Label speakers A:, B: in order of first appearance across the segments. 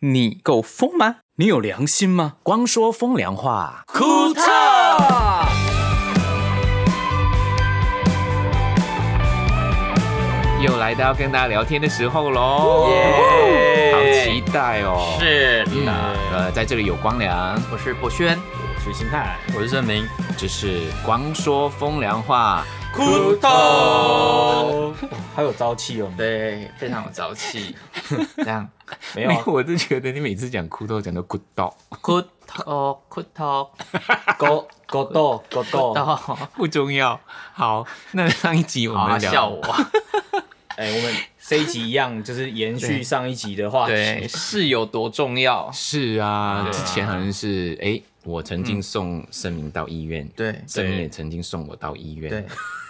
A: 你够疯吗？你有良心吗？
B: 光说风凉话，
A: 库特。
C: 又来到跟大家聊天的时候喽，好期待哦！
D: 是
C: 嗯
D: 的，
C: 呃，在这里有光良，
D: 我是博轩，
B: 我是心态，
D: 我是盛明，
C: 这是光说风凉话，
D: 骨头，
B: 好有朝气哦。
D: 对，非常有朝气，这样
B: 没有啊
C: 我就觉得你每次讲哭都讲到哭到，
D: 骨头骨
B: 哦
D: 头
B: 狗狗豆狗
D: 骨
B: 豆，
D: 头，
C: 不重要。好，那上一集我
D: 哦好
C: 们
D: 好
C: 聊，
D: 笑我，
B: 哎，我们这一集一样，就是延续上一集的话
D: 对，
B: 题。
D: 是有多重要？
C: 是啊，
D: 对啊嗯
C: 之前好像是哎、我曾经送盛明到医院，
D: 对
C: 盛明也曾经送我到医院，
D: 对，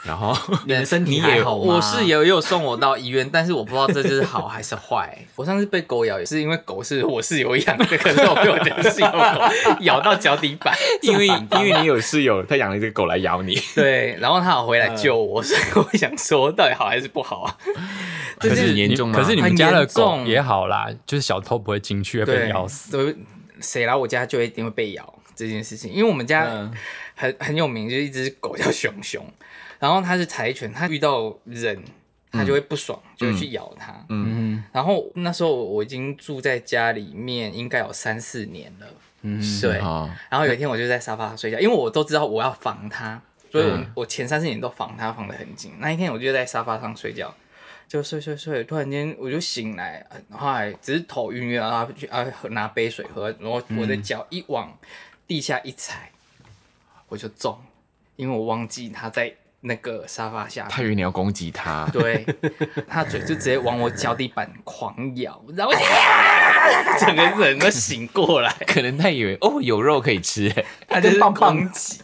C: 然 后
B: 你的身体
D: 你
B: 还
D: 也
B: 好吗？
D: 我是也有送我到医院，但是我不知道这是好还是坏。 我上次被狗咬也是因为狗是我是有养这个肉，我的是有狗 咬到脚底板，
C: 因为因为你有室友，他养了一只狗来咬你，
D: 对，然后他有回来救我，所以我想说到底好还是不好啊？
C: 可是很严重吗？
E: 可是你
D: 很
E: 们家的
D: 严
E: 狗
D: 重啊
E: 也好啦，就是小偷不会进去会被咬死。
D: 对，谁来我家就一定会被咬这件事情，因为我们家
B: 嗯
D: 很、很有名，就是一只狗叫熊熊，然后它是柴犬，它遇到人它就会不爽，就会去咬它。
B: 嗯，
D: 然后那时候我已经住在家里面，应该有三四年了。嗯，对。
C: 啊，
D: 然后有一天我就在沙发上睡觉，因为我都知道我要防它，所以我、我前三四年都防它防得很紧。那一天我就在沙发上睡觉，就睡睡睡，突然间我就醒来，呃后来只是头晕晕，然后去啊喝拿杯水喝，然后我的脚一往地下一踩，我就中，因为我忘记它在那个沙发下面
C: 他以为你要攻击他，
D: 对，他嘴就直接往我脚底板狂咬，然后整个人都醒过来，
C: 可能他以为哦有肉可以 吃，哎
D: 他啊就是
B: 棒棒
D: 狂挤，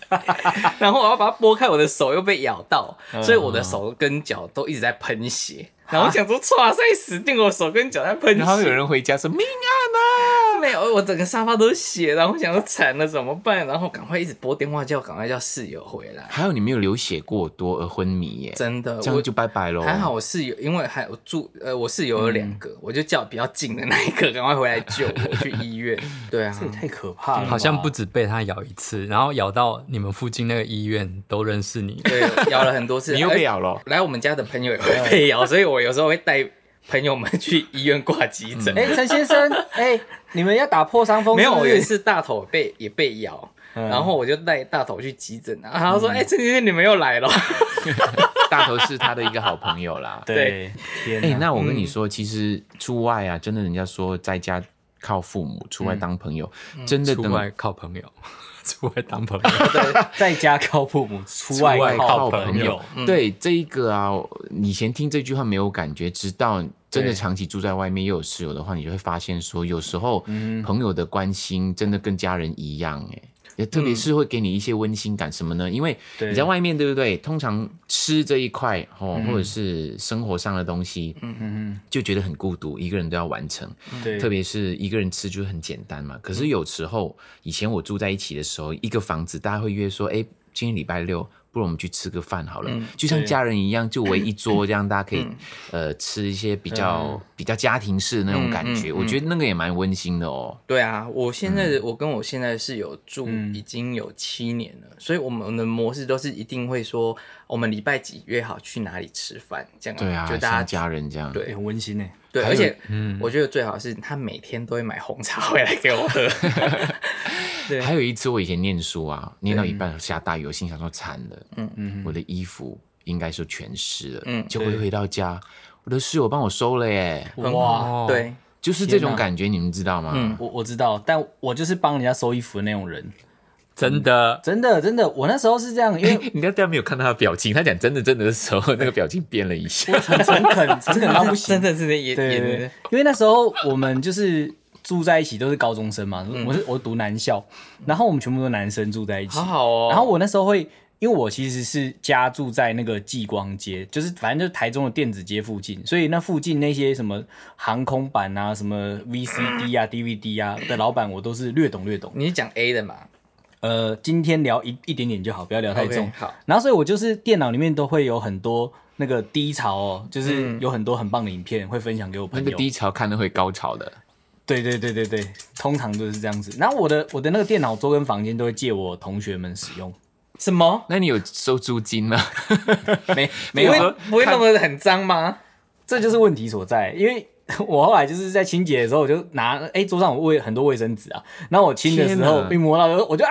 D: 然后我要把它拨开，我的手又被咬到，
C: 嗯
D: 所以我的手跟脚都一直在喷血。然后我想说，哇塞，死定了！我手跟脚在喷血，
C: 然后有人回家说命啊
D: 没有，我整个沙发都是血，然后我想说惨了怎么办？然后赶快一直拨电话叫，赶快叫室友回来
C: 啊！。还有你没有流血过多而昏迷耶，
D: 真的，
C: 这
D: 我
C: 样就拜拜喽。
D: 还好，我室友，因为还有住呃，我室友有
C: 嗯
D: 两个，我就叫比较近的那一个赶快回来救我去医 院。对啊
B: 这，也太可怕了吧，
E: 嗯
B: 嗯
E: 好像不止被它咬一次，然后咬到你们附近那个医院都认识你。
D: 对，咬了很多 次，
C: 你又被
D: 哎
C: 咬嗯了。
D: 来我们家的朋友也会被咬，所以我有时候会带朋友们去医院挂急
C: 嗯
D: 诊。
B: 哎，陈先生，哎，你们要打破伤风
D: 没
B: 是
D: 有，
B: 不
D: 我
B: 是
D: 有一次大头被也被咬，
B: 嗯。
D: 然后我就带大头去急诊啊，然后他说：“哎、陈先生，你们又来了。
C: 大头是他的一个好朋友啦
B: 对，天
C: 哎、
B: 哪
C: 那我跟你说，其实出外啊，真的人家说在家靠父母，出外当朋友，真的
E: 出
C: 等
E: 外靠朋友， 出外当朋友。
B: 在家靠父母，出
E: 出
B: 外
E: 外
B: 靠
E: 靠
B: 朋
E: 朋
B: 友
E: 友。
C: 对这一个啊，以前听这句话没有感觉，直到真的
B: 对
C: 长期住在外面又有室友的话，你就会发现说，有时候
B: 嗯
C: 朋友的关心真的跟家人一样哎、也特别是会给你一些温馨感，什么呢？因为
B: 对
C: 你在外面，对不对？通常吃这一块哦，或者是生活上的东西，嗯嗯，就觉得很孤独，一个人都要完成。
B: 对，
C: 特别是一个人吃就是很简单嘛。可是有时候以前我住在一起的时候，一个房子大家会约说，哎、今天礼拜六，不如我们去吃个饭好了，就像
B: 对
C: 家人一样，就围一桌这样，大家可以、呃吃一些比较、比较家庭式的那种感觉，我觉得那个也蛮温馨的哦。
D: 对啊，我现
B: 嗯
D: 在的、我跟我现在的室友住已经有七年了，所以我们的模式都是一定会说，我们礼拜几约好去哪里吃饭，这样
C: 对啊，
D: 就大
C: 像
D: 家
C: 家人这样。
D: 对
B: 哎很温馨呢。
D: 对，
C: 还有
D: 而且我觉得最好是他每天都会买红茶回来给 我喝，对
C: 还有一次我以前念书啊，念到一半下大雨，我心想说惨了，嗯嗯，我的衣服应该是全湿了，
D: 嗯
C: 结果一回到家，我的室友帮我收了耶，
D: 很
E: 哇
D: 好，对，
C: 就是这
B: 天
C: 种
B: 哪
C: 感觉，你们知道吗？
D: 嗯
B: 我我知道，但我就是帮人家收衣服的那种人，
E: 真的，
B: 真的真的，我那时候是这样，因 为
C: 你大家没有看到他的表情，他讲真的真的的时候，那个表情变了一下。
B: 很诚恳，诚恳到不行
D: 哎真。的是演
B: 对
D: 演
B: 对
D: 的
B: 对，因为那时候我们就是住在一起，都是高中生嘛。我是我读男校，然后我们全部都男生住在一起。
D: 嗯好好哦。
B: 然后我那时候会，因为我其实是家住在那个继光街，就是反正就是台中的电子街附近，所以那附近那些什么航空版啊、什么 VCD 啊、DVD 啊的老板，我都是略懂略懂。
D: 你是讲 A 的嘛？
B: 呃，今天聊一一点点就好，不要聊太重。
D: OK，好，
B: 然后所以我就是电脑里面都会有很多那个嗯低潮哦，就是有很多很棒的影片会分享给我
C: 那
B: 朋
C: 个
B: 友。
C: 低潮看的会高潮的，
B: 对对对对对，通常都是这样子。然后我的我的那个电脑桌跟房间都会借我同学们使用，
D: 什么？
C: 那你有收租金吗？
B: 没
D: 不会不会弄得很脏吗？
B: 这就是问题所在，因为我后来就是在清洁的时候，我就拿哎、桌上有卫很多卫生纸啊，然后我清的时
C: 天
B: 候
C: 哪
B: 一摸到我就啊，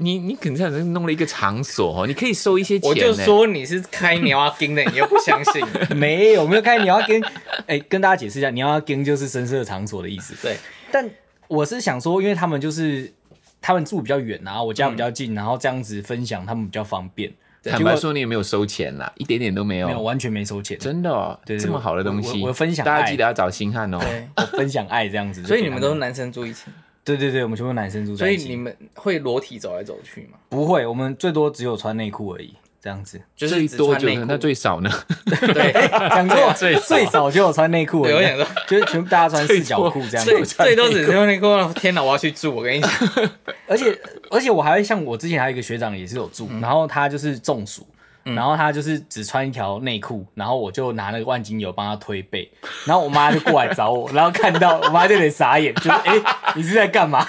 C: 你你可能在弄了一个场所哦，你可以收一些钱
D: 我
C: 呢。
D: 就说你是开牛啊丁的，你又不相信。
B: 没有没有看你要跟 哎、跟大家解释一下，你要跟就是深色场所的意思。
D: 对，
B: 但我是想说，因为他们就是他们住比较远啊，我
D: 嗯
B: 家比较近，然后这样子分享他们比较方便，
C: 坦白说，你有没有收钱啦？一点点都没有，
B: 没有完全没收钱，
C: 真的哦，
B: 对对
C: 这么好的东西，
B: 我我我分享
C: 大
B: 爱
C: 家记得要找星汉哦。
D: 对，
B: 我分享爱这样 子。
D: 所以
B: 就
D: 你
B: 给他
D: 们都是男生住一起，
B: 对对对，我们全部男生住
D: 所
B: 在
D: 以
B: 一起。
D: 你们会裸体走来走去吗？
B: 不会，我们最多只有穿内裤而已，这样 子。
D: 就
C: 最
D: 是只
C: 多
D: 穿
C: 就
D: 内
C: 是
D: 裤？
C: 那最少 呢？
D: 对，
B: 讲错，最最少就有穿内裤而已，
D: 对我想说
B: 就是全部大家穿四角裤这样
D: 最
B: 子。
D: 最多只是用内裤。天哪，我要去住！我跟你讲，
B: 而且而且我还会像我之前还有一个学长也是有住，
C: 嗯
B: 然后他就是中暑。然后他就是只穿一条内裤，然后我就拿那个万金油帮他推背，然后我妈就过来找我， 然后看到我妈就有点傻眼，就是 哎、你是在干嘛？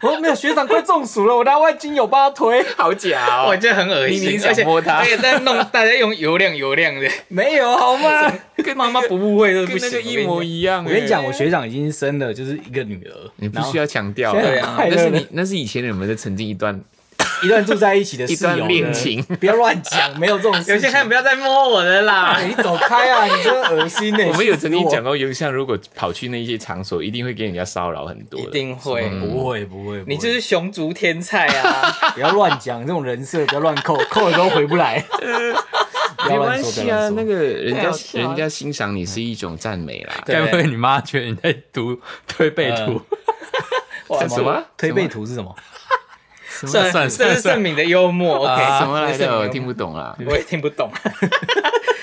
B: 我说没有，学长快中暑了，我拿万金油帮 他推，
C: 好
B: 哦
C: 假
D: 我！觉得很恶心，
C: 你你想
D: 而且
C: 摸他
D: 而且在弄大家用油亮油亮的，
B: 没有好吗？
D: 跟妈妈不误会都不
C: 跟那
D: 行。
C: 个一模
D: 样。
C: 一样。 欸
B: 我跟你讲，我学长已经生了就是一个女儿，
C: 你不
B: 然后
C: 需要强调，
B: 现在
D: 对
B: 很
D: 啊
B: 快
C: 那
B: 乐
C: 是
B: 了
C: 你那是以前你们的曾经一段，
B: 一段住在一起的室友
C: 一段恋情
B: 呢，不要乱讲，没 有这种事情。
D: 有些看不要再摸我的 啦，
B: 你走开啊！你真的恶心呢、
C: 我们有曾经讲
B: 过，
C: 过，有像如果跑去那些场所，一定会给人家骚扰很多
D: 一
C: 的。
D: 定会。
B: 不会不会，
D: 你就是熊族天菜 啊！
B: 不要乱讲这种人设，不要乱扣， 扣了都回不 来。不
C: 没
B: 要
C: 关
B: 乱说，不
C: 系
B: 要
C: 啊，
B: 乱
C: 那
B: 说。
C: 个人
D: 太
C: 家
D: 好笑了
C: 人家欣赏你是一种赞美啦。
D: 对
E: 该不会你妈觉得你在读推背
B: 嗯
E: 图？
C: 这什么
B: 推背图是呃什么？
E: 算了算
D: 这
E: 了算
D: 是
E: 了
D: 盛
E: 算了，
D: 敏的幽默
B: 啊
D: ，OK？
C: 啊什哎么来
D: 这是
C: 的？
D: 盛敏 幽
C: 我
D: 默
C: 听不懂 啦，
D: 我也听不懂，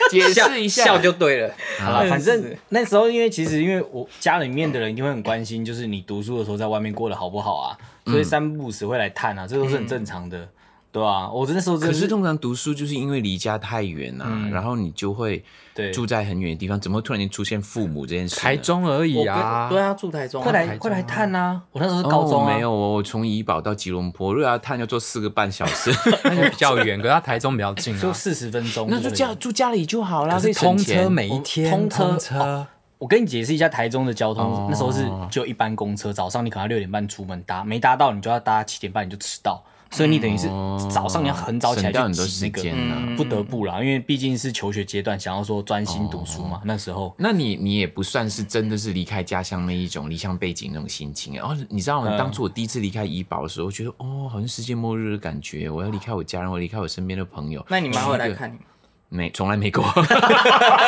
C: 解释一
D: 笑
C: 下。
D: 就对了。
C: 啊
B: 好了，反
D: 嗯是
B: 正那时候因为其实因为我家里面的人一定会很关心，就是你读书的时候在外面过得好不好啊，
C: 嗯
B: 所以三不五时会来探啊，这都是很正常的，对啊，我那时候真
C: 可
B: 的
C: 是通常读书就是因为离家太远啊，然后你就会
B: 对
C: 住在很远的地方，怎么会突然间出现父母这件事呢？
E: 台中而已啊
D: 我跟。对啊，住台中啊，
B: 会来会来探啊，我那时候是高中
C: 哦、
B: 啊
C: 没有，我我从怡保到吉隆坡，如果要探要坐四个半小 时，
E: 那就比较远，可是它台中比较近
B: 就
E: 啊。
B: 四十分钟之类
C: 那
B: 的，
C: 就家住家里就好啦，
E: 可
C: 可以
E: 是
C: 省
E: 通
C: 钱
E: 车每一天
B: 通车
E: 通车，
B: 我跟你解释一下台中的交通，
C: 哦
B: 那时候是只有一班公车，早上你可能要六点半出门搭，没搭到你就要搭七点半，你就迟到，所以你等于是早上你要很早起来
C: 哦省掉很
B: 去
C: 多
B: 挤
C: 时
B: 那个，嗯
C: 间啊。
B: 不得不啦，因为毕竟是求学阶段，想要说专心读书
C: 哦
B: 嘛，那时候。
C: 那你你也不算是真的是离开家乡那一种离乡背景那种心情啊。哦，你知道
D: 嗯
C: 吗？当初我第一次离开怡保的时候，我觉得哦，好像世界末日的感觉，我要离开我家人，我离开我身边的朋友。
D: 那你妈会来
C: 去一个？
D: 看你吗？
C: 没，从来没过。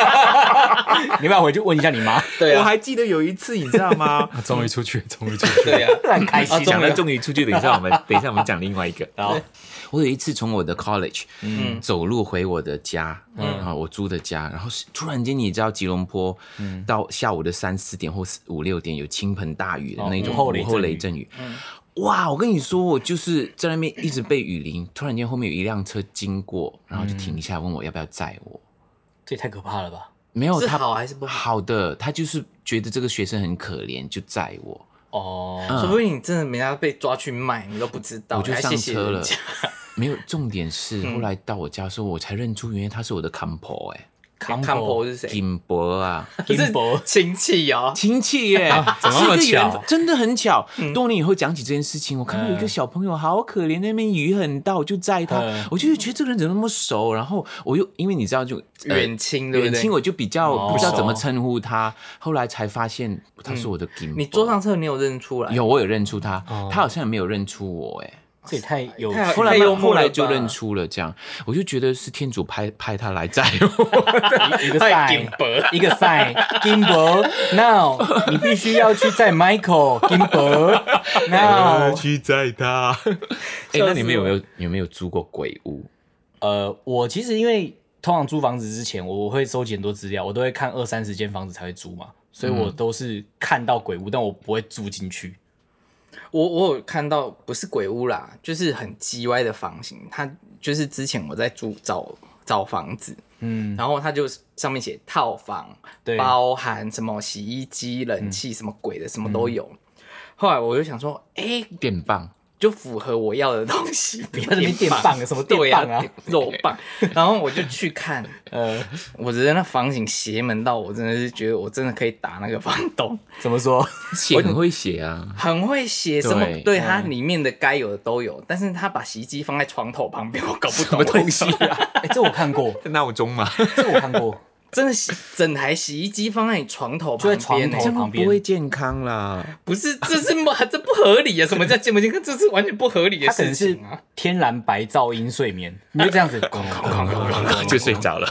B: 你要不要回去问一下你 妈？
D: 对
C: 我
D: 啊，
C: 还记得有一次，你知道吗？
E: 啊终于出去，终于出去。
D: 对 啊，
B: 很开心
D: 啊终于
C: 讲 到终于出去，等一下我们等一下我们讲另外一个。
B: 好
C: 对我有一次从我的 college 走路回我的家，啊，我租的家，然后是突然间你知道吉隆坡到下午的三四点或四五六点有倾盆大雨的
B: 哦
C: 那种
B: 午后雷
C: 午后
B: 阵雨
C: 雷阵雨。哇！我跟你说，我就是在那边一直被雨淋，突然间后面有一辆车经过，然后就停下来问我要不要载我。
B: 这也太可怕了吧！
C: 没有，
D: 是
C: 他
D: 好还是不好？
C: 好的，他就是觉得这个学生很可怜，就载我。
B: 哦，
C: 嗯
D: 说不定你真的没要被抓去卖，你都不知道。
C: 我就
D: 还
C: 上
D: 谢嗯谢
C: 车
D: 人
C: 了
D: 家。
C: 没有，重点是后来到我家的时候，我才认出原来他是我的 compo 哎、
D: 康婆是谁？
C: 金伯啊，
D: 不是
B: 金箔
D: 亲戚哦。
C: 亲戚 耶、
E: 怎么那么
C: 是一个缘分
E: 巧
C: 真的很巧。
D: 嗯
C: 多年以后讲起这件事情，我看到有一个小朋友好可怜，那边雨很大，我就载他
B: 嗯，
C: 我就觉得这个人怎么那么熟？然后我又因为你知道就呃
D: 远亲对不
C: 远
D: 对
C: 亲，？我就比较
B: 哦
C: 不知道怎么称呼他，后来才发现他是我的金伯。
D: 嗯你坐上车，你有认出来？哦
C: 有我有认出他，他好像也没有认出我哎、
B: 这也太有
D: 太好
C: 后来
D: 太幽默
C: 后
D: 了
C: 来
D: 吧
C: 就认出了，这样我就觉得是天主派派他来载哎我。
B: 一个
D: 太金
B: 赛，
D: 箔
B: 一个赛，金箔 now，你必须要去在 Michael 金 箔 now，
C: 去载他。哎、那你们有没有有没有租过鬼屋？
B: 呃，我其实因为通常租房子之前，我会收集很多资料，我都会看二三十间房子才会租嘛，所以我都是看到鬼屋，但我不会住进去。
D: 我我有看到，不是鬼屋啦，就是很叽歪的房型。它就是之前我在租找找房子，
B: 嗯，
D: 然后它就上面写套房，
B: 对嗯
D: 包含什么洗衣机、冷气、什么鬼的，什么都有。后来我就想说，哎，
C: 电棒，
D: 就符合我要的东 西，不要
B: 在那边电棒什么电
D: 对啊
B: 棒啊
D: 电肉棒。然后我就去看，
B: 呃，
D: 我觉得那房型邪门到我真的是觉得我真的可以打那个房东，
B: 怎么说？
C: 写很会写啊，
D: 很会写什么，
C: 对
D: 对它
B: 嗯
D: 里面的该有的都有，但是他把洗衣机放在床头旁边，我搞不懂
C: 什么东西
D: 为什么
B: 哎，这我看过，
C: 闹钟嘛，
E: 哦
B: 这我看过，
D: 真的洗整台洗衣机放在你床头
B: 就在
D: 旁
B: 床
D: 边、
B: 头
D: 欸，
B: 旁边
C: 不会健康 啦。
D: 不是，这是不这不合理啊！什么叫健不健康？这是完全不合理的
B: 它可
D: 事
B: 能是
D: 情啊！
B: 天然白噪音睡眠，你就这样子， 哐哐哐哐哐哐
C: 就睡着了，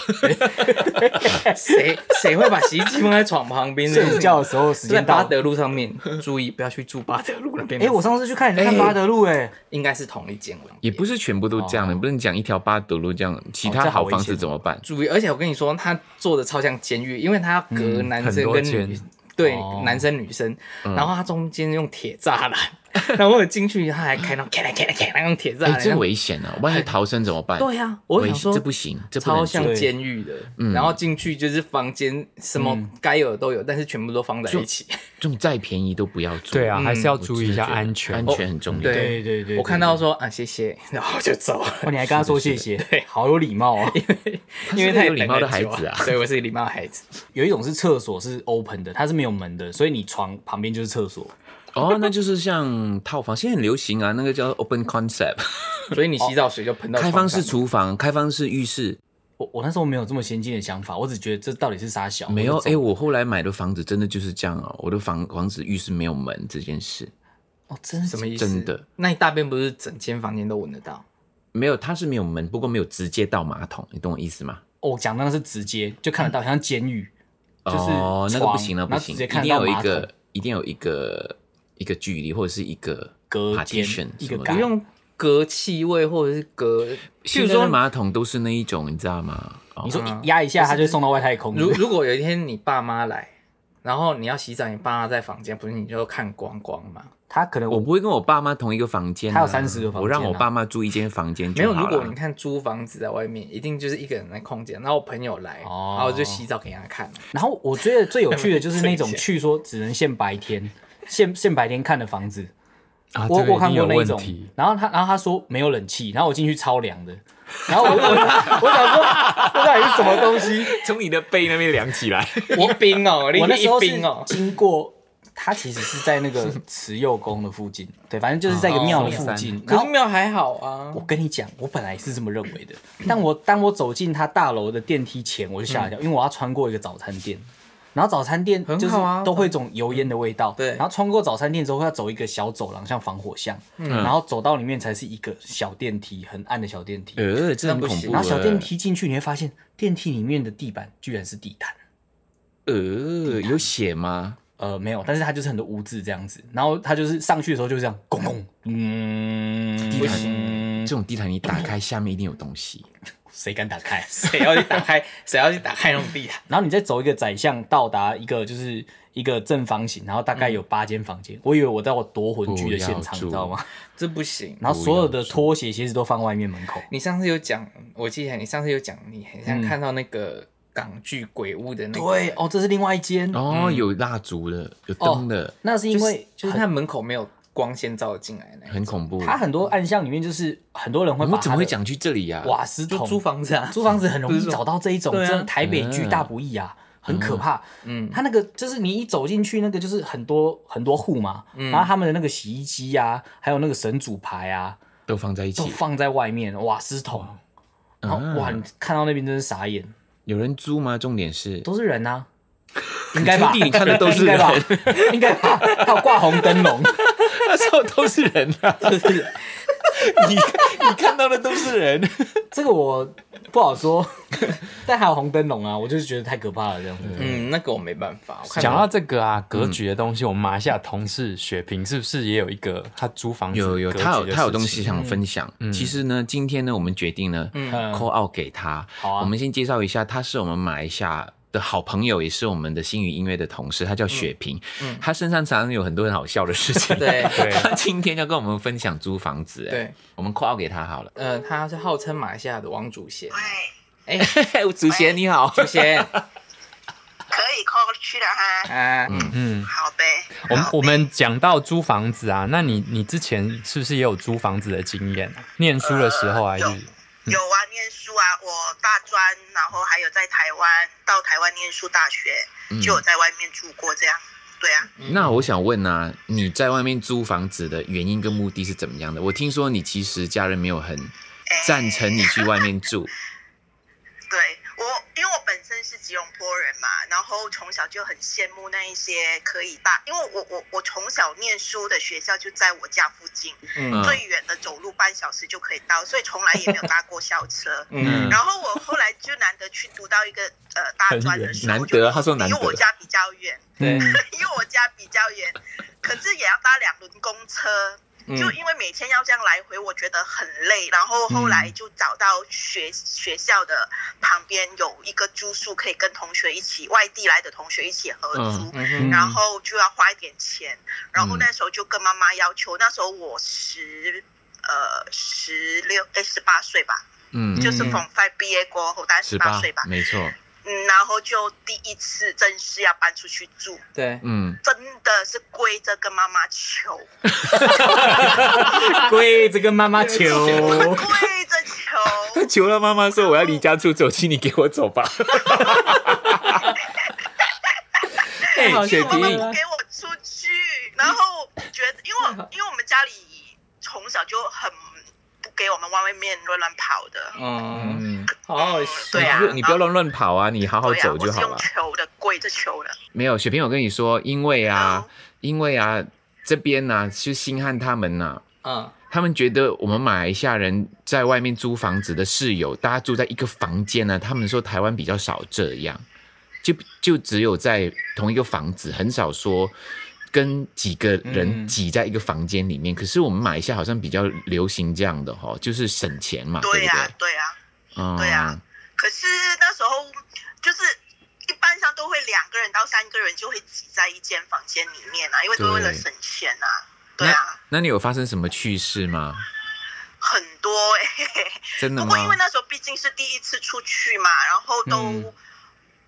D: 谁谁会把洗衣机放在床旁边？
B: 睡午觉的时候时
D: 就在
B: 间
D: 巴
B: 到。
D: 德路上面，注意不要去住巴德路那边。
B: 哎，我上次去看你看巴德路，哎，
D: 应该是同一间，我
C: 也不是全部都这样的，不能讲一条八德路这样，其
B: 哦
C: 他
B: 这好
C: 好
B: 危
C: 房子
B: 险
C: 怎么办？
D: 注意。而且我跟你说，他做的超像监狱，因为他要隔男
E: 很
D: 生
E: 多
D: 跟
E: 间
D: 女，对
B: 哦
D: 男生女生，然后他中间用铁栅栏， 然后我进去，他还开那种开来开来开来用铁栅
C: 哎，
D: 栏，
C: 这危险啊！万一逃生怎么办？
D: 哎对呀，我
C: 危
D: 想说
C: 这不行，这不
D: 超
C: 能
D: 像
C: 做
D: 监狱的，然后进去就是房间什么该有的都有，但是全部都放在一起。
C: 这种再便宜都不要做。嗯
E: 对啊，还是要
C: 我
E: 注意一
C: 是
E: 下
C: 觉得
E: 安全。
C: 安全很重要。
D: 哦对
B: 对对对，
D: 我看到说啊谢谢，然后就走了，
B: 哦哇，你还跟他说谢谢，好有礼貌哦。
D: 因
C: 是
D: 为
C: 个
D: 他也
C: 有礼貌的孩子啊
D: 对我是个礼貌的孩子。
B: 有一种是厕所是 open 的，它是没有门的，所以你床旁边就是厕所。
C: 哦，那就是像套房，现在很流行啊，那个叫 open concept，
D: 所以你洗澡水就喷到
C: 哦开放
D: 床
C: 式
D: 上，
C: 厨房、开放式浴室。
B: 我我那时候没有这么先进的想法，我只觉得这到底是啥小
C: 没有，
B: 哦我就
C: 哎、
B: 走
C: 我后来买的房子真的就是这样哦，我的房房子浴室没有门这件事，
B: 哦，真
D: 什
B: 什
D: 么意思？
C: 真的？
D: 那你大便不是整间房间都闻得到？
C: 没有，它是没有门，不过没有直接到马桶，你懂我意思吗？
B: 哦，我讲的那是直接就看得到，像监狱，就是
C: 哦，那个不
B: 床
C: 行了，
B: 然后
C: 不行，
B: 直接
C: 一
B: 看
C: 定
B: 得到
C: 要有一
B: 马桶
C: 个，一定要有一个一个距离或者是一个
B: 隔间
C: partition
B: 一
C: 什
B: 个
C: 么
B: 隔
C: 的
D: 不。用隔气味或者是隔，譬
C: 现
D: 如
C: 在的
D: 说，
C: 马桶都是那一种，你知道吗？哦
B: 你说一压一下，它就送到外太空。
D: 如如果有一天你爸妈来，然后你要洗澡，你爸妈在房间，不是你就看光光吗？
B: 它可能
C: 我不会跟我爸妈同一个房间啊、
B: 他有30个房间啊
C: 我让我爸妈住一间房间
D: 没
C: 就
D: 有，
C: 好
D: 如
C: 了。
D: 果你看租房子在外面，一定就是一个人的空间，然后我朋友来，
B: 哦
D: 然后我就洗澡给他 看。
B: 然后我觉得最有趣的就是那种去说只能限白天，限限白天看的房子，
E: 啊，
B: 我
E: 这个
B: 我
E: 一定
B: 看过
E: 有
B: 那一
E: 问
B: 种
E: 题。，
B: 然后他然后他说没有冷气，然后我进去超凉的，然后我 我我想说 这到底是什么东西？
C: 从你的背那边量起来，
D: 一冰哦，
B: 我那时候
D: 一
B: 是
D: 冰哦，
B: 经过，它其实是在那 个慈幼宫的附近，对，反正就是在一个庙的附近。
D: 哦可
B: 然
D: 是
B: 后
D: 庙还好啊
B: 我。跟你讲，我本来是这么认为的，但我当我走进他大楼的电梯前，我就吓一跳，因为我要穿过一个早餐店。然后早餐店
D: 嗯很
B: 就是
D: 好啊
B: 都会有一种油烟的味道，
D: 对
B: 然后穿过早餐店之后，要走一个小走廊，像防火巷，
D: 嗯
B: 然后走到里面才是一个小电梯，很暗的小电梯。
C: 呃，这很
D: 那不
C: 恐
D: 行
C: 怖。
B: 然后小电，
D: 欸
B: 梯进去，你会发现电梯里面的地板居然是地毯。
C: 呃，有血吗？
B: 呃，没有，但是它就是很多污渍这样子，然后它就是上去的时候就是这样，咣咣，嗯，
C: 地毯，这种地毯你打开，下面一定有东西。
B: 谁敢打开？
D: 谁要去打开？谁要去打开那种地毯？
B: 然后你再走一个窄巷，到达一个就是一个正方形，然后大概有八间房间，我以为我在我夺魂剧的现场，
C: 嗯不要住
B: 你知道吗？
D: 这不行。
B: 然后所有的拖鞋、鞋子都放外面门口，
C: 嗯
D: 你上次有讲，我记得你上次有讲，你很像看到那个港剧《鬼屋》的那个，
B: 对，哦，这是另外一间，
C: 哦，有蜡烛的，有灯的，
B: 那是因
D: 因
B: 为
D: 为就是它门口没有光线照进来那
C: 很
D: 种，
C: 恐怖。
B: 它很多暗巷里面就是很多人
C: 我
B: 会把
C: 们怎么会
B: 它的
C: 讲去这里啊呀？
B: 瓦斯
D: 就
B: 桶
D: 租房子啊，
B: 租房子很容易
D: 不是说
B: 找到这一种，
D: 对啊
B: 真的台北居大不易啊，很可怕。嗯，他那个就是你一走进去，那个就是很多很多户嘛，
C: 嗯
B: 然后他们的那个洗衣机啊，还有那个神主牌啊，
C: 都放在一起
B: 都，放在外面，瓦斯桶。然
C: 啊
B: 后哇，你看到那边真是傻眼，
C: 有人租吗？重点 是，
B: 都是人啊，应该吧？
C: 你确定你看的都是
B: 应该
C: 人
B: 吧？ 应该吧？还有挂红 灯笼，
C: 那时候都是人啊，你 你看到的都是人。
B: 这个我不好说， 但还有红灯笼啊，我就是觉得太可怕了这样子。
D: 嗯，那个我没办法。我看
E: 讲到这个啊，格局的东西，我们马来西亚同事雪萍是不是也有一个他租房 子
C: 有有，
E: 格局
C: 他有
E: 的
C: 他有
E: 事
C: 东
E: 情
C: 西想分享。其实呢，今天呢，我们决定呢
B: 嗯
C: ，call out 给他。
B: 好啊
C: 我们先介绍一下，他是我们马来西亚。的好朋友也是我们的星宇音乐的同事，他叫雪萍，他身上常常有很多很好笑的事情。
D: 对
E: 对
C: 他今天要跟我们分享租房子，哎
D: 对，
C: 我们 call out 给他好了。
D: 呃，他是号称马来西亚的王祖贤，
F: 喂，
D: 哎、哎，
C: 祖贤你好，
D: 祖贤，
F: 可以 call 去了哈。
D: 啊，
E: 嗯，
F: 好呗，
E: 我们我们讲到租房子啊，那你你之前是不是也有租房子的经验啊？念书的时候还是
F: 呃有啊，念书啊，我大专，然后还有在台湾到台湾念书大学，
C: 嗯
F: 就有在外面住过这样。对啊，
C: 那我想问啊，你在外面租房子的原因跟目的是怎么样的？我听说你其实家人没有很
F: 哎
C: 赞成你去外面住，
F: 对我，因为我本身是吉隆坡人嘛，然后从小就很羡慕那一些可以大，因为我我我从小念书的学校就在我家附近，
D: 嗯。
F: 最远的走路半小时就可以到，所以从来也没有搭过校车
D: 嗯
F: 然后我后来就难得去读到一个呃大专的时
C: 很远
F: 候，
C: 难得他说难
F: 因
C: 得
F: 为我家比较远，
D: 对，
F: 因为我家比较远，可是也要搭两轮公车，就
D: 嗯
F: 因为每天要这样来回，我觉得很累。然后后来就找到学、学校的旁边有一个住宿，可以跟同学一起，外地来的同学一起合租。
D: 嗯哼
F: 然后就要花一点钱，然后
C: 嗯
F: 那时候就跟妈妈要求，那时候我十呃十六哎十八岁吧，
C: 嗯，
F: 就是从快毕业过后，大概十
C: 十
F: 八
C: 八
F: 岁吧，
C: 没错，
F: 嗯，然后就第一次正式要搬出去住，
D: 对，
C: 嗯，
F: 真的是跪着跟妈妈求，
B: 跪着跟妈妈求，
F: 跪着 求，
C: 求了妈妈说我要离家出走，请你给我走吧。
B: 哎
F: 因为妈妈不给我出去，然后觉得，因为我因为我们家里从小就很不给我们外面乱乱跑的，
D: 嗯，
C: 嗯，
D: 好好笑
F: 对啊
C: 你不要乱乱跑啊，你好好
F: 对啊，
C: 走
F: 我
C: 就是好了
F: 用。求的，跪着求的，
C: 没有，雪萍，我跟你说，因为啊
F: 嗯，
C: 因为啊，这边呢、啊、是星汉他们呐、啊
D: 嗯，
C: 他们觉得我们马来西亚人在外面租房子的室友，大家住在一个房间呢、他们说台湾比较少这样，就就只有在同一个房子，很少说跟几个人挤在一个房间里面。可是我们马来西亚好像比较流行这样的哈、就是省钱嘛，对
F: 对
C: 不
F: 呀、
C: 对？
F: 对呀、
C: 嗯
F: 对啊可是那时候就是一般上都会两个人到三个人就会挤在一间房间里面啊，因为都为了
C: 对
F: 省钱啊，对啊，
C: 那你有发生什么趣事吗？
F: 很多哎、欸。
C: 真的
F: 不
C: 吗
F: 过？因为那时候毕竟是第一次出去嘛，然后都、
E: 嗯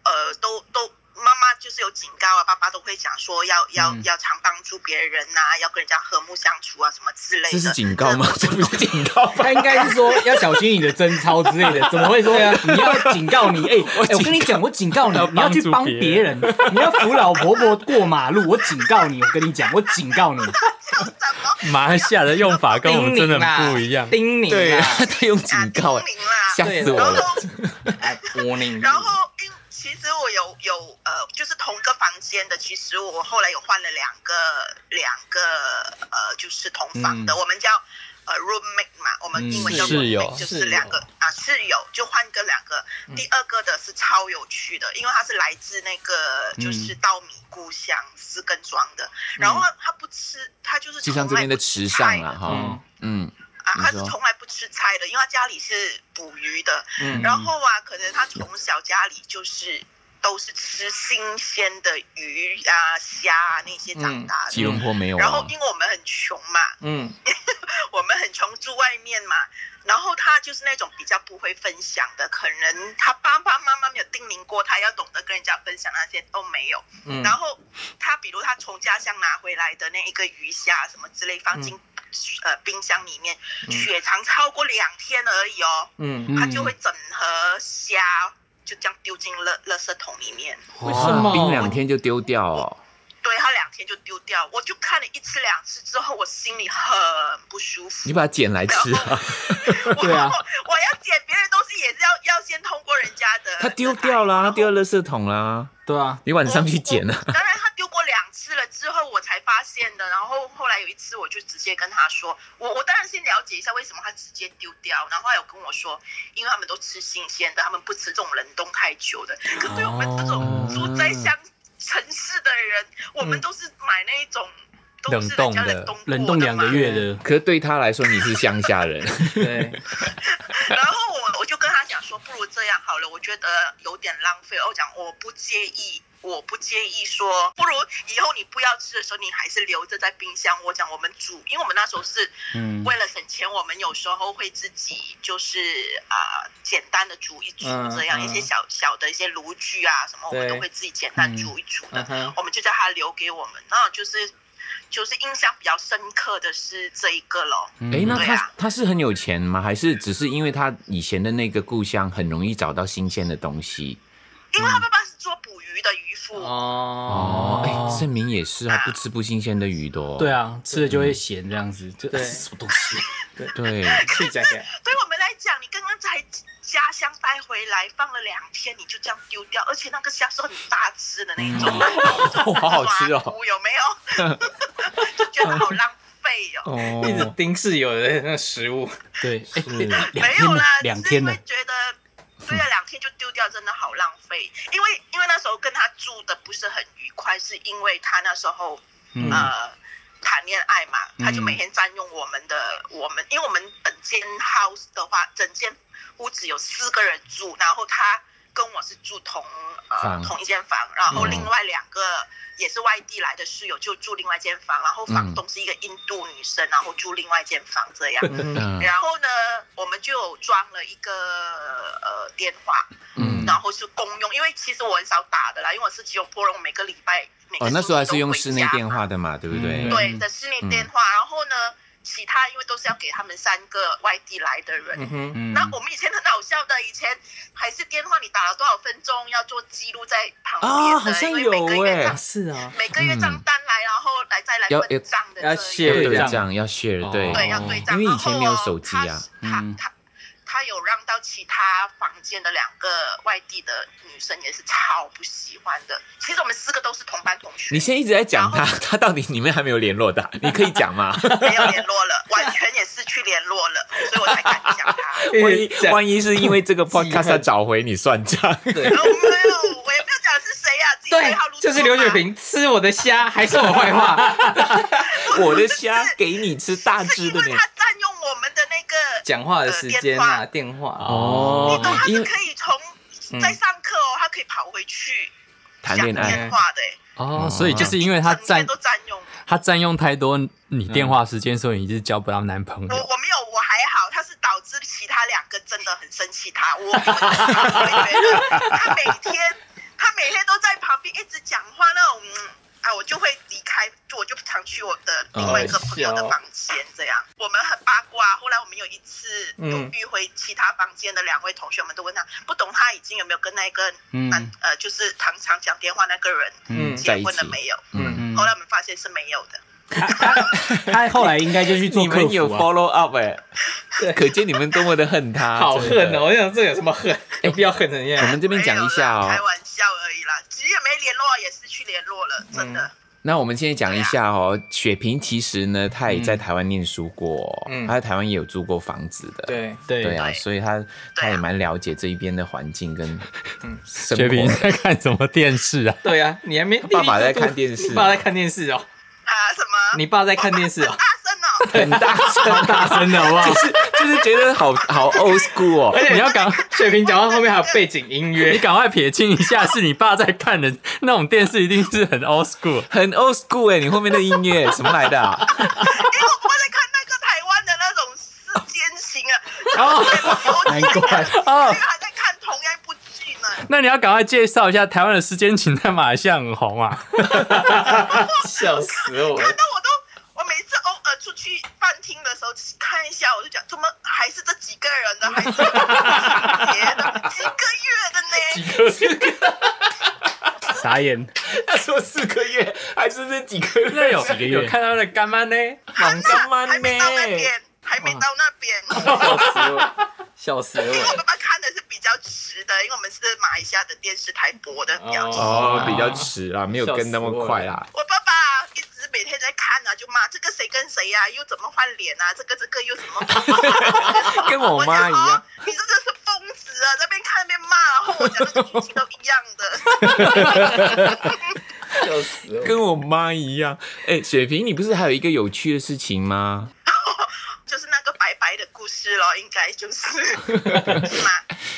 F: 呃都都妈妈就是有警告啊，爸爸都会讲说要要、
E: 嗯
F: 要常帮助别人呐、要跟人家和睦相处啊什么之类的。
C: 这是警 告吗？这不是警告吧？
B: 他应该是说要小心你的贞操之 类的，怎么会说你要警告你？哎、哎 我跟你讲，我警 告你，你要去帮别人，你要扶老婆婆过马路，我警告你，我跟你讲，我警告你，
E: 马来西亚的用法跟我们真的不一样。
D: 叮咛
C: 对啊
D: 啦，，
C: 他用
F: 啊，
C: 警
F: 叮
C: 告，欸
F: 咛啦。
C: 吓死我
F: 然
C: 了。
F: 后
D: 哎，warning，
C: 嗯
F: 然后因其实我有有呃，就是同个房间的，其实我后来有换了两个两个呃，就是同房
C: 嗯
F: 的，我们叫。呃，roommate 嘛，我们英文叫
E: 嗯室友
F: roommate，就
D: 室
F: 是
D: 友
F: 两个啊室友，就换个两个。第二个的是超有趣的，因为他是来自那个就是稻米故乡斯根庄的，然后他不吃，他就是
C: 嗯就像这
F: 从来
C: 边的
F: 不
C: 池
F: 吃菜
C: 上
F: 的
C: 啦，哈，嗯
F: 啊，
C: 你
F: 他是
C: 说
F: 从来不吃菜的，因为他家里是捕鱼的，
D: 嗯
F: 然后啊，可能他从小家里就是都是吃新鲜的鱼啊、虾啊那些长大的。
C: 吉隆坡没有
F: 然后
C: 啊，
F: 因为我们很穷嘛，
D: 嗯
F: 我们很穷住外面嘛，然后他就是那种比较不会分享的，可能他爸爸妈妈没有叮咛过他要懂得跟人家分享那些都没有。
D: 嗯，
F: 然后他比如他从家乡拿回来的那一个鱼虾什么之类放
D: 嗯
F: 进、呃冰箱里面，雪藏超过两天而已哦。
D: 嗯，
F: 他就会整盒虾就这样丢进垃垃圾桶里面，
C: 嗯
E: 为什么
C: 冰两天就丢掉哦？
F: 对他两天就丢掉。我就看了一次两次之后，我心里很不舒服。
C: 你把它捡来吃啊？
F: 我
B: 对啊
F: 我我要捡别人东西也是要要先通过人家的。
C: 它丢掉啦，它
F: 然后
C: 丢垃圾桶啦，
B: 对啊，
C: 你晚上去捡啊。
F: 当然，他丢过两次了之后，我才发现的。然后后来有一次，我就直接跟他说，我我当然先了解一下为什么他直接丢掉。然后他有跟我说，因为他们都吃新鲜的，他们不吃这种冷冻太久的。可对我们这种住在乡城市的人，我
C: 嗯
F: 们都是买那一种都是人家冷冻过
B: 冷冻两个
F: 嘛
B: 月的，
C: 可是对他来说，你是乡下人，
D: 对，
F: 然后我我就跟他讲说，不如这样好了，我觉得有点浪费。我讲我不介意，我不介意说，不如以后你不要吃的时候，你还是留着在冰箱。我讲我们煮，因为我们那时候是
B: 嗯
F: 为了省钱，我们有时候会自己就是啊、简单的煮一煮
D: 嗯
F: 这样，
D: 嗯
F: 一些小小的一些炉具啊什么，我们
D: 对
F: 都会自己简单煮一煮的。
D: 嗯哼，
F: 我们就叫他留给我们，然后就是就是印象比较深刻的是这一个咯。
D: 嗯
C: 哎、那
F: 对
C: 他
F: 啊
C: 他是很有钱吗？还是只是因为他以前的那个故乡很容易找到新鲜的东西？
F: 因为他爸爸是做捕鱼的渔夫，
D: 哦，
C: 哦，哎、盛明也是啊，不吃不新鲜的鱼的哦。
B: 对啊，吃了就会咸这样子，这
D: 对
B: 这是什么东西？
C: 对，
F: 嗯
D: 去讲讲，
F: 对我们来讲，你刚刚才家乡带回来放了两天，你就这样丢掉，而且那个虾是很大只的那一种，
E: 嗯 好好吃
F: 麻
E: 哦。
F: 菇有没有？ 就觉得好浪费哦。
C: 哦
D: 一直盯室友的那个食物，
B: 对，哎两
F: 没
B: 两
F: 有
B: 天了
F: 啦，，
B: 两
F: 只
B: 天
F: 是因
B: 了
F: 为，觉得对啊，两天就丢掉，真的好浪费。因为因为那时候跟他住的不是很愉快，是因为他那时候
B: 嗯
F: 呃谈恋爱嘛，他就每天占用我们的我们，因为我们整间 house 的话，整间屋子有四个人住，然后他跟我是住同呃
C: 房
F: 同一间房，然后
C: 嗯
F: 另外两个也是外地来的室友就住另外一间房，然后
B: 嗯
F: 房东是一个印度女生，然后住另外一间房这 样。
C: 嗯
F: 然后呢，我们就有装了一个呃电话，
C: 嗯
F: 然后是公用，因为其实我很少打的啦，因为我是吉隆坡人，我每个礼拜每个
C: 哦，那时候还是用室内电
F: 话，
C: 话的嘛，对不对？
B: 嗯
F: 对的室内电话。然后呢，其他因为都是要给他们三个外地来的人。
D: 嗯 哼，
B: 嗯
F: 那我们以前很好笑的，以前还是电话，你打了多少分钟要做记录在旁边的，
C: 啊好像
F: 因为每个
C: 有欸
F: 月
D: 啊
F: 账
D: 是啊，
F: 每个月账单来，然后来再来
C: 要
F: 分账的
D: 要
F: 这
D: 谢
F: 样
C: 要对
B: 对
C: 账，要 share，对，
F: 对，要对
C: 哦因
F: 账。
C: 为
F: 然
C: 以前
F: 后
C: 没有
F: 哦
C: 手机
F: 他
C: 啊
F: 是他他他有让到其他房间的两个外地的女生也是超不喜欢的。其实我们四个都是同班同学，
C: 你现在一直在讲他
F: 然，
C: 他到底你们还没有联络的，你可以讲 吗？
F: 没有联 络了，完全也失去联络了，所以我才敢讲他。
C: 万 一万一是因为 这个 podcast
D: 记
C: 要
D: 恨
C: 找回你算账，
F: 然后没有，我也没有讲是谁呀、啊，自己对号入座
D: 对，就是刘雪
F: 嘛。
D: 萍吃我的虾，还说我坏 话，
C: 我的虾给你吃大
F: 是
C: 只
F: 因
C: 的
F: 为
C: 呢。
F: 他占用我们的那个，
D: 讲话的时间
F: 呃
D: 啊，电话，
C: 哦
F: 你懂他
C: 因
F: 是
C: 为嗯
F: 可以从在上课哦，他可以跑回去
C: 谈
F: 讲
C: 恋爱
F: 电话的、
E: 哦，所以就是因为他
F: 整天
E: 占
F: 都占用。
E: 他占用太多你电话时间，所以你是交不到男朋
F: 我
C: 哦
E: 友。
F: 我没有，我还好，他是导致其他两个真的很生气他，我我觉得他每天他每天都在旁边一直讲话那种，嗯啊，我就会离开，我就常去我的另外一个朋友的房间这样。我们很八卦，后来我们有一次
D: 嗯
F: 有遇回其他房间的两位同学们，都问他不懂他已经有没有跟那个男、呃，就是常常讲电话那个人
D: 嗯
F: 结婚了没有？
C: 嗯，
F: 后来我们发现是没有的。
B: 他后来应该就去做
C: 你
B: 客
C: 们有
B: 服啊。
C: follow up 哎、可见你们多么的恨他，
D: 好
C: 啊真
D: 恨
C: 的哎
D: 哦！。我想这有什么恨？有必要恨成这
C: 我
D: 样？
C: 们这边讲一下
F: 没有啦
C: 哦
F: 开，玩笑而已啦，其实也没联络，也是去联络了，真的。
C: 那我们现在讲一下哦，雪萍其实呢，她也在台湾念书过，
D: 嗯
C: 她在台湾也有租过房子的，
D: 对，
C: 对
B: 对，
C: 啊，
F: 对嗯
C: 所以她她也蛮了解这一边的环境 跟生活
E: 雪萍在看什么电视啊？
D: 对啊，你还没
C: 爸爸在看电视
D: 你爸在看电视哦，
F: 啊，什么？
D: 你爸在看电视哦，
F: 大声哦！
C: 很大声，
E: 大声的好不好？
C: 就是就是觉得好好 old school 哦，
E: 你要赶，
D: 雪萍讲到后面还有背景音
E: 你
D: 乐，
E: 赶快撇清一下，是你爸在看的那种电视，一定是很 old school。
C: 很 old school 哎、你后面的音乐什么来的、啊？
F: 因为哎我在看那个台湾的那种世间情啊，
E: 哦
F: 我
B: 难怪
E: 哦
F: 居，然还在看同样一部剧呢。
E: 那你要赶快介绍一下台湾的时间情在马来西亚很红啊。
D: 笑死
C: 哦
D: 我！
F: 看到我都，我每次偶尔出去饭厅的时候看一下，我就讲怎么还是这几个人的，还是这别的， 几个月的呢？
B: 傻眼，
C: 他说四个月还是这几个月？
E: 那有
B: 个月
E: 有看到的干妈呢？
C: 忙干嘛
F: 还没到那
C: 呢？
F: 边，还没到那边。
C: 哦
D: 笑死我！笑死
F: 因为我
D: 我！
F: 爸爸看的是比较迟的，因为我们是马来西亚的电视台播的比较迟。
C: 哦，比较迟啦，没有
D: 笑
C: 跟那
D: 死我
C: 么
D: 了
C: 快啊啦。
F: 我爸爸一直每天在看啊，就骂这个谁跟谁呀、啊，又怎么换脸啊，这个这个又怎么，
C: 跟 我妈一 样，
F: 我讲哦你这个是疯子啊，在那边看那边骂，然后我讲那个语气都一样的。
D: 笑死我！
C: 跟我妈一样。哎、雪萍，你不是还有一个有趣的事情吗？
F: 就是那个白白的故事咯，应该就是是吗？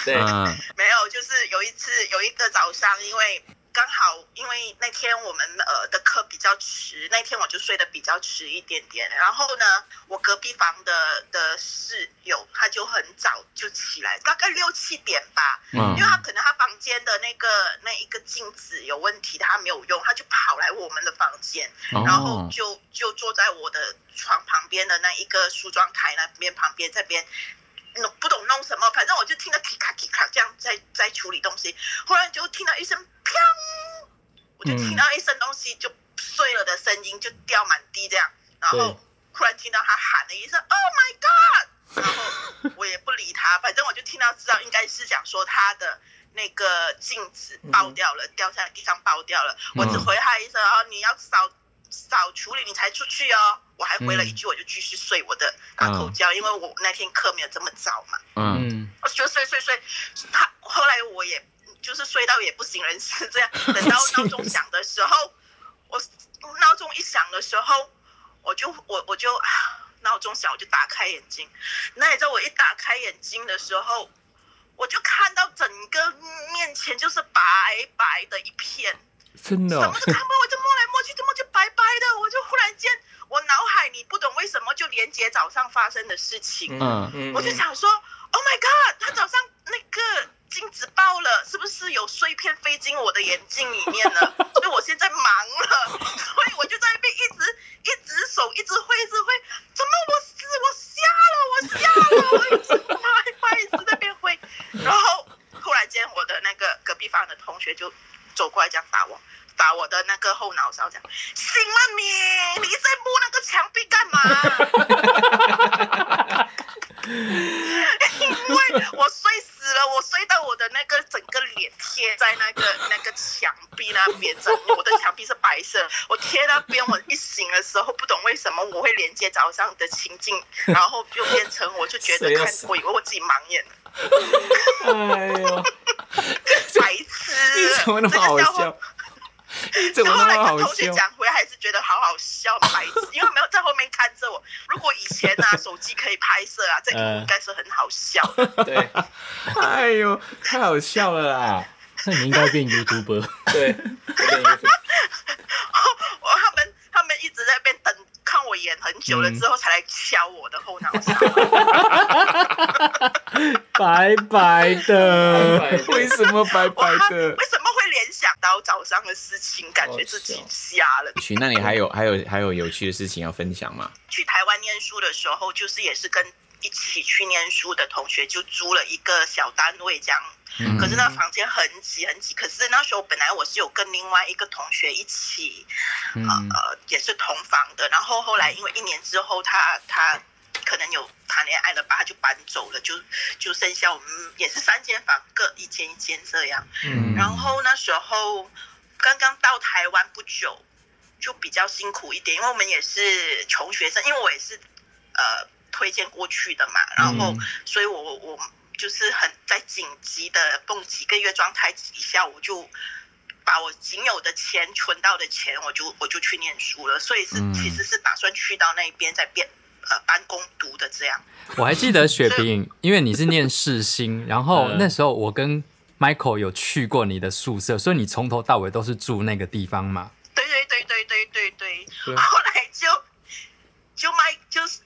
D: 对，
C: 啊，
F: 没有，就是有一次有一个早上，因为刚好因为那天我们呃的课比较迟，那天我就睡得比较迟一点点。然后呢，我隔壁房的的室友他就很早就起来，大概六七点吧，
C: 嗯
F: 因为他可能他房间的那个那一个镜子有问题，他没有用，他就跑来我们的房间，然后
C: 哦，
F: 就就坐在我的床旁边的那一个梳妆台那边旁边这边，弄不懂弄什么，反正我就听到咔咔咔这样在在处理东西，忽然就听到一声砰，我就听到一声东西就碎了的声音，就掉满地这样，然后
B: 对
F: 忽然听到他喊了一声 “Oh my God”，然后我也不理他，反正我就听到知道应该是讲说他的。那个镜子爆掉了，掉在地上爆掉了。我只回他一声哦，你要扫扫处理你才出去哦。我还回了一句，我就继续睡我的大口觉，因为我那天课没有这么早嘛，
C: 嗯，
B: 嗯，
F: 我就睡睡睡。他后来我也就是睡到也不省人事，这样等到闹钟响的时候，我闹钟一响的时候，我就我我就啊闹钟响，我就打开眼睛。那你知道我一打开眼睛的时候，我就看到整个面前就是白白的一片。
C: 真的哦
F: 什么，都看不到，我就摸来摸去，怎么就白白的？我就忽然间，我脑海里不懂为什么就连接早上发生的事情，
C: 嗯
D: 嗯
F: 我就想说，Oh my God，他早上那个镜子爆了，是不是有碎片飞进我的眼睛里面 了？所以我现在忙了，所以我就在那边一直一只手一直挥一直挥，怎么我死我瞎了我瞎了，我一直拍拍一直在那边挥，然后突然间我的那个隔壁房的同学就走过来这样打我。打我的那个后脑勺，讲醒了你，你在摸那个墙壁干嘛？因为我睡死了，我睡到我的那个整个脸贴在那个那个墙壁那边，整我的墙壁是白色，我贴那边，我一醒的时候不懂为什么我会连接早上的情境，然后就变成我就觉得
D: 谁要
F: 看
D: 死，
F: 我以为我自己盲眼了，
D: 哎呦，
F: 白 痴，
C: 怎么那么好
F: 这个笑话
C: 笑？ 怎么
F: 后
C: 那
F: 来
C: 么好
F: 跟同学
C: 笑？
F: 讲回，还是觉得好好笑，白 痴，因为没有在后面看着我。如果以前啊，手机可以拍摄啊，这一幕应该是很好笑的。
D: 对
C: 嗯哎呦，太好笑了啦！
B: 那你应该变 YouTuber。
D: 对， 有点意思
F: 哦我他们他们一直在那边等，看我演很久了
C: 嗯
F: 之后才来敲我的后脑勺。啊
B: 白白的，
D: 对
C: 为什么 白
F: 我
C: 白的？
F: 为什么会联想到早上的事情，感觉自己瞎了？
C: 许，那你还有还有还有有趣的事情要分享吗？
F: 去台湾念书的时候，就是也是跟一起去念书的同学就租了一个小单位这样，
C: 嗯
F: 可是那房间很挤很挤。可是那时候本来我是有跟另外一个同学一起，
E: 嗯
F: 呃呃，也是同房的。然后后来因为一年之后他他可能有谈恋爱了吧，他就搬走了，就就剩下我们也是三间房，各一间一间这样。
C: 嗯
F: 然后那时候刚刚到台湾不久，就比较辛苦一点，因为我们也是穷学生，因为我也是呃推荐过去的嘛，然
C: 嗯
F: 后、所以我我就是很在紧急的蹦几个月状态底下，我就。把我仅有的钱存到的钱，我就我就去念书了，所以是、
C: 嗯
F: 其实是打算去到那边再变呃搬工读的这样。
E: 我还记得雪饼，因为你是念世新，然后
B: 嗯
E: 那时候我跟 Michael 有去过你的宿舍，所以你从头到尾都是住那个地方嘛。
F: 对对对对对对对，
D: 对
F: 后来就就卖就是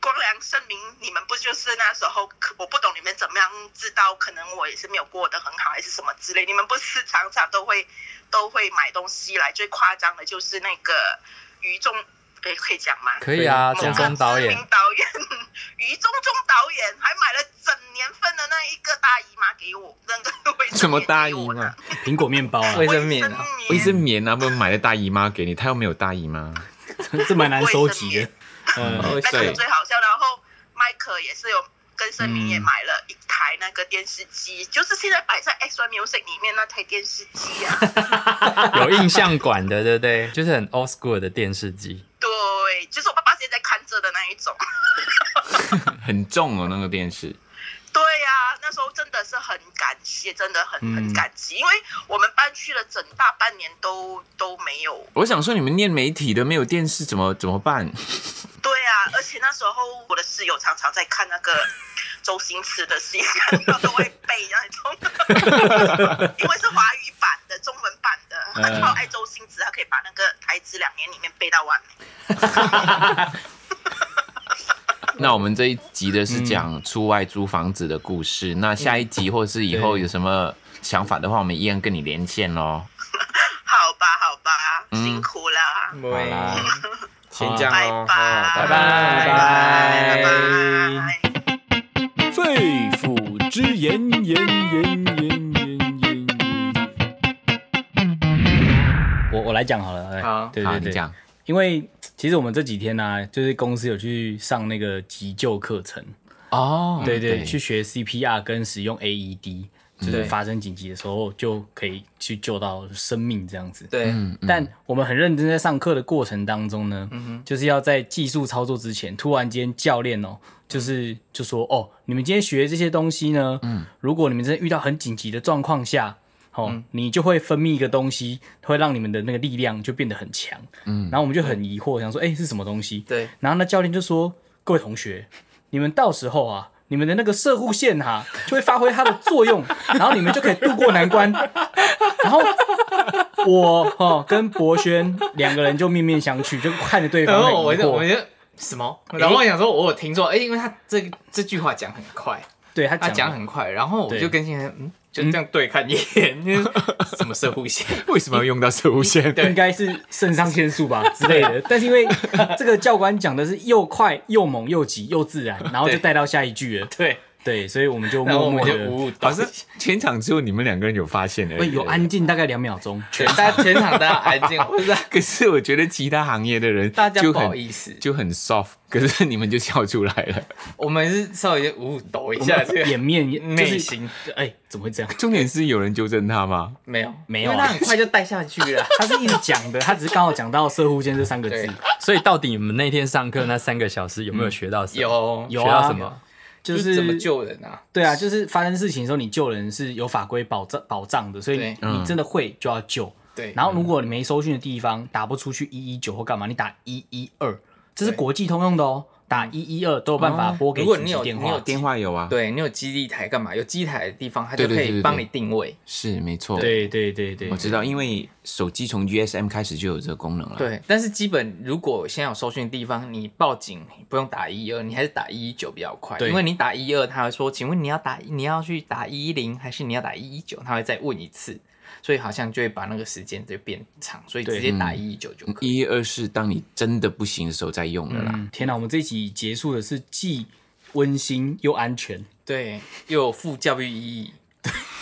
F: 光良声明，你们不就是那时候可我不懂你们怎么样知道，可能我也是没有过得很好，还是什么之类。你们不是常常都会都会买东西来，最夸张的就是那个于仲，诶，可以讲吗？
E: 可以啊，
F: 某个
E: 中中导
F: 知
E: 演
F: 名，导演于中中导演还买了整年份的那一个大姨妈给我，那个卫生棉
C: 什么大
F: 给我
C: 姨妈
F: 的
B: 苹果面包啊，
D: 卫
F: 卫
D: 生
F: 生
D: 棉啊，
C: 卫生棉啊，不是买了大姨妈给你，他又没有大姨妈。
B: 这蛮难收集的。嗯，
C: 哦
F: 那个
C: 对，
F: 最好笑。然后麦克也是有跟盛明也买了一台那个电视机，就是现在摆在 X One Music 里面那台电视机啊。
E: 有印象馆的，对不对？就是很 old school 的电视机。
F: 对，就是我爸爸现在看着的那一种。
C: 很重哦，那个电视。
F: 对呀、那时候真的是很感谢，真的很很
E: 嗯
F: 感激，因为我们搬去了整大半年都都没有
C: 我想说，你们念媒体的没有电视怎么怎么办？
F: 对啊，而且那时候我的室友常常在看那个《周星驰的戏， 我都会背那种，因为是华语版的、中文版的，他超爱周星驰，他可以把那个台词两年里面背到完美。
C: 那我们这一集的是讲出外租房子的故事，那下一集或是以后有什么想法的话，我们一样跟你连线喽。
F: 好吧，好吧，
C: 嗯
F: 辛苦了，
D: 好
C: 好啦，
D: 先这样
F: 拜
D: 哦，
F: 拜，
B: 拜
F: 拜拜。
A: 肺腑之言，言言言言言言。
B: 我我来讲好了，来哎
D: 好
B: 对
C: 好，
B: 对
C: 啊你
B: 对，
C: 讲，
B: 因为其实我们这几天呢、啊就是公司有去上那个急救课程，
C: 哦，
B: 对对，去学 CPR 跟使用 AED，就是
D: 对
B: 发生紧急的时候就可以去救到生命这样子。
D: 对，
C: 嗯
B: 但我们很认真在上课的过程当中呢，就是要在技术操作之前，突然间教练哦，就是就说哦，你们今天学这些东西呢，如果你们真的遇到很紧急的状况下，哦，你就会分泌一个东西，会让你们的那个力量就变得很强。嗯，然后我们就很疑惑，想说，哎、是什么东西？
D: 对，
B: 然后呢，教练就说：“各位同学，你们到时候啊，你们的那个射护线哈、就会发挥它的作用， 然后你们就可以渡过难关。” 然后我哦跟博轩两个人就面面相觑，就看着对
D: 然
B: 方很疑
D: 后我就我
B: 惑。
D: 就什么，然后我想说，我有听说，哎，因为他这这句话讲很快，
B: 对他
D: 他
B: 讲
D: 讲很快，然后我
B: 对
D: 就跟新人，嗯，就这样对看一眼，就是什么射护线，
C: 为什么要用到射物线？
D: 对
B: 应该是肾上腺素吧之类 的。但是因为这个教官讲的是又快又猛又急又自然，然后就
D: 对
B: 带到下一句了。
D: 对，
B: 对，所以我们就
D: 然后
B: 默
D: 我们
B: 默
D: 就
B: 的，
D: 五五
C: 好像全场只有你们两个人有发现而
B: 喂
C: 已。
B: 哎有安静大概两秒钟，
D: 对，大家全场大家安静，或者
C: 可是我觉得其他行业的人
D: 大家
C: 就
D: 不好
C: 很
D: 意思，
C: 就很 soft，可是你们就笑出来了。
D: 我们是稍微五五抖一
B: 我
D: 下
B: 们
D: 这个
B: 掩面就
D: 内
B: 是
D: 心，
B: 哎怎么会这样？
C: 重点是有人纠正他吗？
D: 没有
B: 没有啊
D: 因为他很快就带下去了
B: ，他是一直讲的，他只是刚好讲到“射护线”这三个字
D: 对，
E: 所以到底你们那天上课那三个小时有没有学到什么？
D: 有
B: 有
E: 学
B: 啊
E: 到什么？
B: 就
D: 就是
B: 是
D: 怎么救人啊？
B: 对啊，就是发生事情的时候，你救人是有法规保障保障的，所以你
D: 对
E: 嗯
B: 你真的会就要救。
D: 对，
B: 然后如果你没收讯的地方打不出去一一九或干嘛，你打一一二，这是国际通用的哦，打一一二都有办法拨给
D: 哦如果
B: 紧
D: 你
B: 急
D: 有
B: 电
D: 你
B: 话
D: 有。
C: 电话有啊，，
D: 对你有基地台干嘛？有基地台的地方，它
C: 对
D: 就
C: 对
D: 可
C: 对对
D: 以
C: 对
D: 帮你定位。
C: 是没错。，
B: 对对对对
C: 我，知道，因为手机从 GSM 开始就有这个功能了。，
D: 对，但是基本如果现在有搜寻的地方，你报警不用打一二，你还是打一一九比较快，
B: 对
D: 因为你打一二，他会说，请问你要打你要去打一一零还是你要打一一九，他会再问一次，所以好像就会把那个时间就变长，所以
B: 对嗯
D: 直接打一一九就可以。
C: 一二是当你真的不行的时候再用的啦。
B: 嗯天哪，我们这一集结束的是既温馨又安全。
D: 对，又有副教育意义。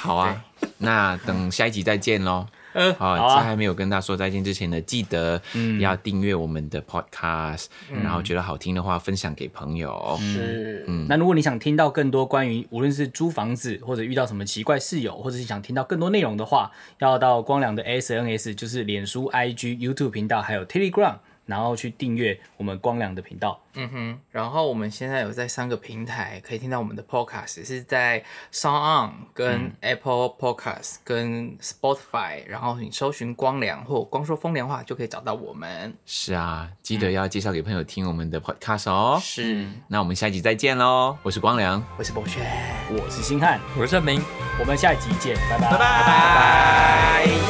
C: 好啊，那等下一集再见喽。
D: 呃
C: 好，
B: 好啊
C: 在还没有跟大家说再见之前呢，记得要订阅我们的 podcast，、然后觉得好听的话分享给朋友。
B: 嗯
D: 嗯是，
B: 那如果你想听到更多关于无论是租房子或者遇到什么奇怪室友，或者是想听到更多内容的话，要到光良的 SNS，就是脸书、IG、YouTube 频道，还有 Telegram，然后去订阅我们光良的频道。
D: 嗯哼，然后我们现在有在三个平台可以听到我们的 podcast，是在 Sound On、跟 Apple Podcast、跟 Spotify，然后你搜寻“光良”或“光说风凉话”就可以找到我们。
C: 是啊，记得要介绍给朋友听我们的 podcast 哦。
D: 是，
C: 那我们下一集再见喽，我是光良，
D: 我是博轩。
B: 我是星汉，
E: 我是明。
B: 我们下一集见，拜拜。拜拜
C: 拜拜。